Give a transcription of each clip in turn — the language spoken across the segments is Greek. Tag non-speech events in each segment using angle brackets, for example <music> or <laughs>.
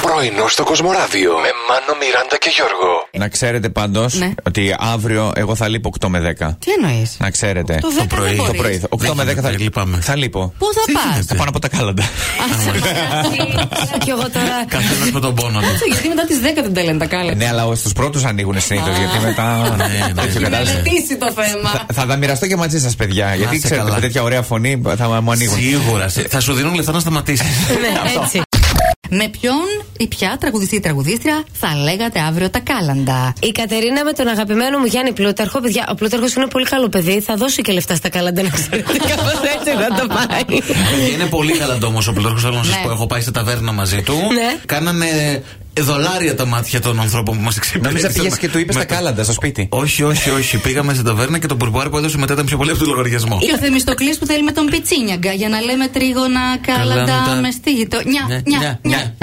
Πρωινό στο Κοσμοράδιο με Μάνο, Μιράντα και Γιώργο. Να ξέρετε πάντως Ναι. ότι αύριο εγώ θα λείπω 8 με 10. Τι εννοείς. Να ξέρετε. Το 10 δεν πρωί, μπορείς. Το πρωί. 8 Δεν με 10 θα γίνεται, λυπάμαι. Θα λείπω. Πού θα Τι πας. Θα πάω να πω τα κάλαντα. Κι εγώ <laughs> τώρα. Καθένας με τον πόνο του. Κάτσε, Γιατί μετά τις 10 δεν τα λένε τα κάλε. Ναι, αλλά στου πρώτους ανοίγουν συνήθως γιατί μετά. ναι, ναι. τέτοιο Έχει κατάλαβες. μελετήσει το Θα- <laughs> θέμα. Θα τα μοιραστώ και μαζί σας, παιδιά. Γιατί σε ξέρετε, καλά. με τέτοια ωραία φωνή θα μου ανοίγουν. Σίγουρα. σε- Θα σου δίνουν λεφτά να σταματήσεις. Ναι, έτσι. Με ποιον ή ποια τραγουδιστή ή τραγουδίστρια θα λέγατε αύριο τα κάλαντα. Η Κατερίνα με τον αγαπημένο μου Γιάννη Πλούταρχο. Παιδιά, ο Πλούταρχος είναι πολύ καλό παιδί. Θα δώσει και λεφτά στα καλάντα να ξέρετε. <laughs> Κάπως έτσι να το πάει. Παιδιά, Είναι πολύ καλαντόμο ο Πλούταρχος. Θέλω να σας Ναι. πω: Έχω πάει σε ταβέρνα μαζί του. Ναι. Κάνανε δολάρια τα μάτια των ανθρώπων που μας εξυπηρέτησαν. Νομίζω πήγες και του είπες Με τα το- κάλαντα στο σπίτι. Όχι, όχι, όχι. Πήγαμε σε ταβέρνα και τον Μπουρμπάρ που έδωσε μετά ήταν πιο πολύ από τον λογαριασμό. Ή ο Θεμιστοκλής που θέλει με τον Πιτσίνιαγκα για να λέμε τρίγωνα, κάλαντα Κάλαντα. με στίγητο. Νιά, νιά, ναι. νιά.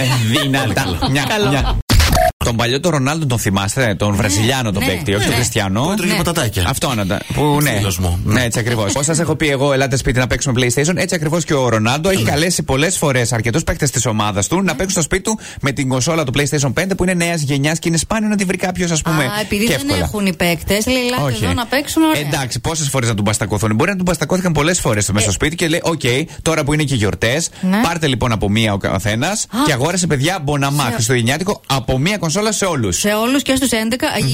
ε, Δυνατά. Μια, μια. Τον παλιό τον Ρονάλντο τον θυμάστε, ε, τον Βραζιλιάνο τον ναι, παίκτη, όχι ναι. τον Χριστιανό. Που έτρωγε Ναι. πατατάκια. Αυτό να τα. Που, ναι. Φίλος μου. ναι, έτσι ακριβώς. Όσα σα έχω πει εγώ, ελάτε σπίτι να παίξουμε PlayStation, έτσι ακριβώς και ο Ρονάντο έχει καλέσει πολλές φορές αρκετούς παίκτες της ομάδας του να παίξουν στο σπίτι του με την κονσόλα του PlayStation 5 που είναι νέας γενιάς και είναι σπάνιο να τη βρει κάποιος, ας πούμε. Α, επειδή και δεν εύκολα. έχουν οι παίκτες, λέει λάτε εδώ να παίξουν. ωραία. Εντάξει, πόσες φορές να του μπαστακωθούν. Μπορεί να του μπαστακώθηκαν πολλές φορές μέσα στο σπίτι και λέει: Οκ, τώρα που είναι και γιορτέ, Ε. Ναι. πάρτε λοιπόν από μία ο καθένας και αγόρασε παιδιά μποναμά χριστουγεννιάτικο από μία κονσόλα σε όλους. Σε όλους και στους 11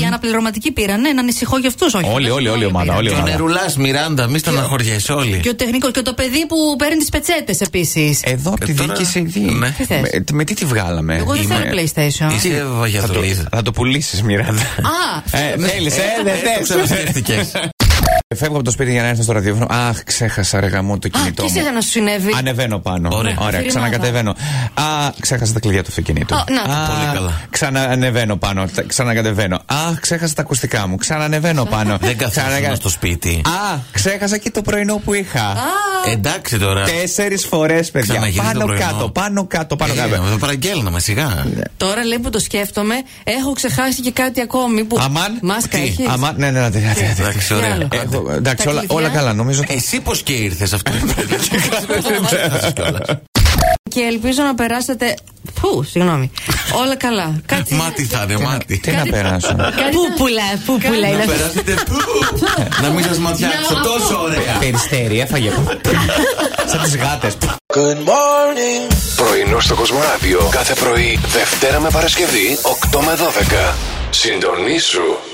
οι αναπληρωματικοί πήραν. Ναι, να ανησυχώ για αυτούς, όχι. Όλοι, όλοι, όλη η ομάδα. πήραν. Όλη η Και ο ομάδα. Νερουλά, Μιράντα, μη στεναχωριέσαι όλοι. Και ο τεχνικός και το παιδί που παίρνει τις πετσέτες επίσης. Εδώ από τη Ε, τώρα- διοίκηση. τι- Ναι. Τι θες? με- Με τι τη βγάλαμε. Εγώ δεν Είμαι- θέλω PlayStation. Είσαι Θα το, Βαγιατολίδη. θα το πουλήσεις, Μιράντα. Α, ναι. Ε, θέλεις, ε, δεν θες. <laughs> Ξανασκέφτηκες. Φεύγω από το σπίτι για να έρθω στο ραδιόφωνο. Αχ, ξέχασα ρε γαμό το Α, κινητό. τι μου. σε να σου συνέβη. Ανεβαίνω πάνω. Ωραία. Φυρμάδα. ξανακατεβαίνω. Α, ξέχασα τα κλειδιά του αυτοκινήτου. Α, να το. Α, Πολύ καλά. Ξανανεβαίνω πάνω. τα- Ξανακατεβαίνω. Α, ξέχασα τα ακουστικά μου. Ξανανεβαίνω πάνω. Δεν Ξανακα- καθόμουν στο σπίτι. Α, ξέχασα και το πρωινό που είχα. Εντάξει τώρα. Τέσσερις φορές, παιδιά. Ξαναγυρίζει το Πάνω πρωινό. κάτω, πάνω κάτω, πάνω κάτω. Ε, Θα παραγγέλναμε σιγά. Τώρα λέει που το σκέφτομαι, έχω ξεχάσει και κάτι ακόμη που. Αμάν. Μάσκα Τι? έχεις. Αμάν, ναι, ναι, ναι. ναι, ναι, ναι. Εντάξει, ωραία. άλλο. Έχω- Έχω- Εντάξει, όλα, κλειδιά. όλα καλά, νομίζω. ότι- Εσύ πώς και ήρθες αυτό. <laughs> Και ελπίζω να περάσετε. Πού, συγγνώμη. Όλα <laughs> καλά. Κάτι. Μάτι θα είναι, μάτι. Τι να περάσω. Πού πουλά, πού πουλά. Να είναι αυτό. περάσετε πού. Να μην σας ματιάξω. Τόσο ωραία. Περιστέρι, έφαγε. Σαν τις γάτες. Πρωινό στο Κοσμοράδιο κάθε πρωί, Δευτέρα με Παρασκευή, 8 με 12. Συντονίσου.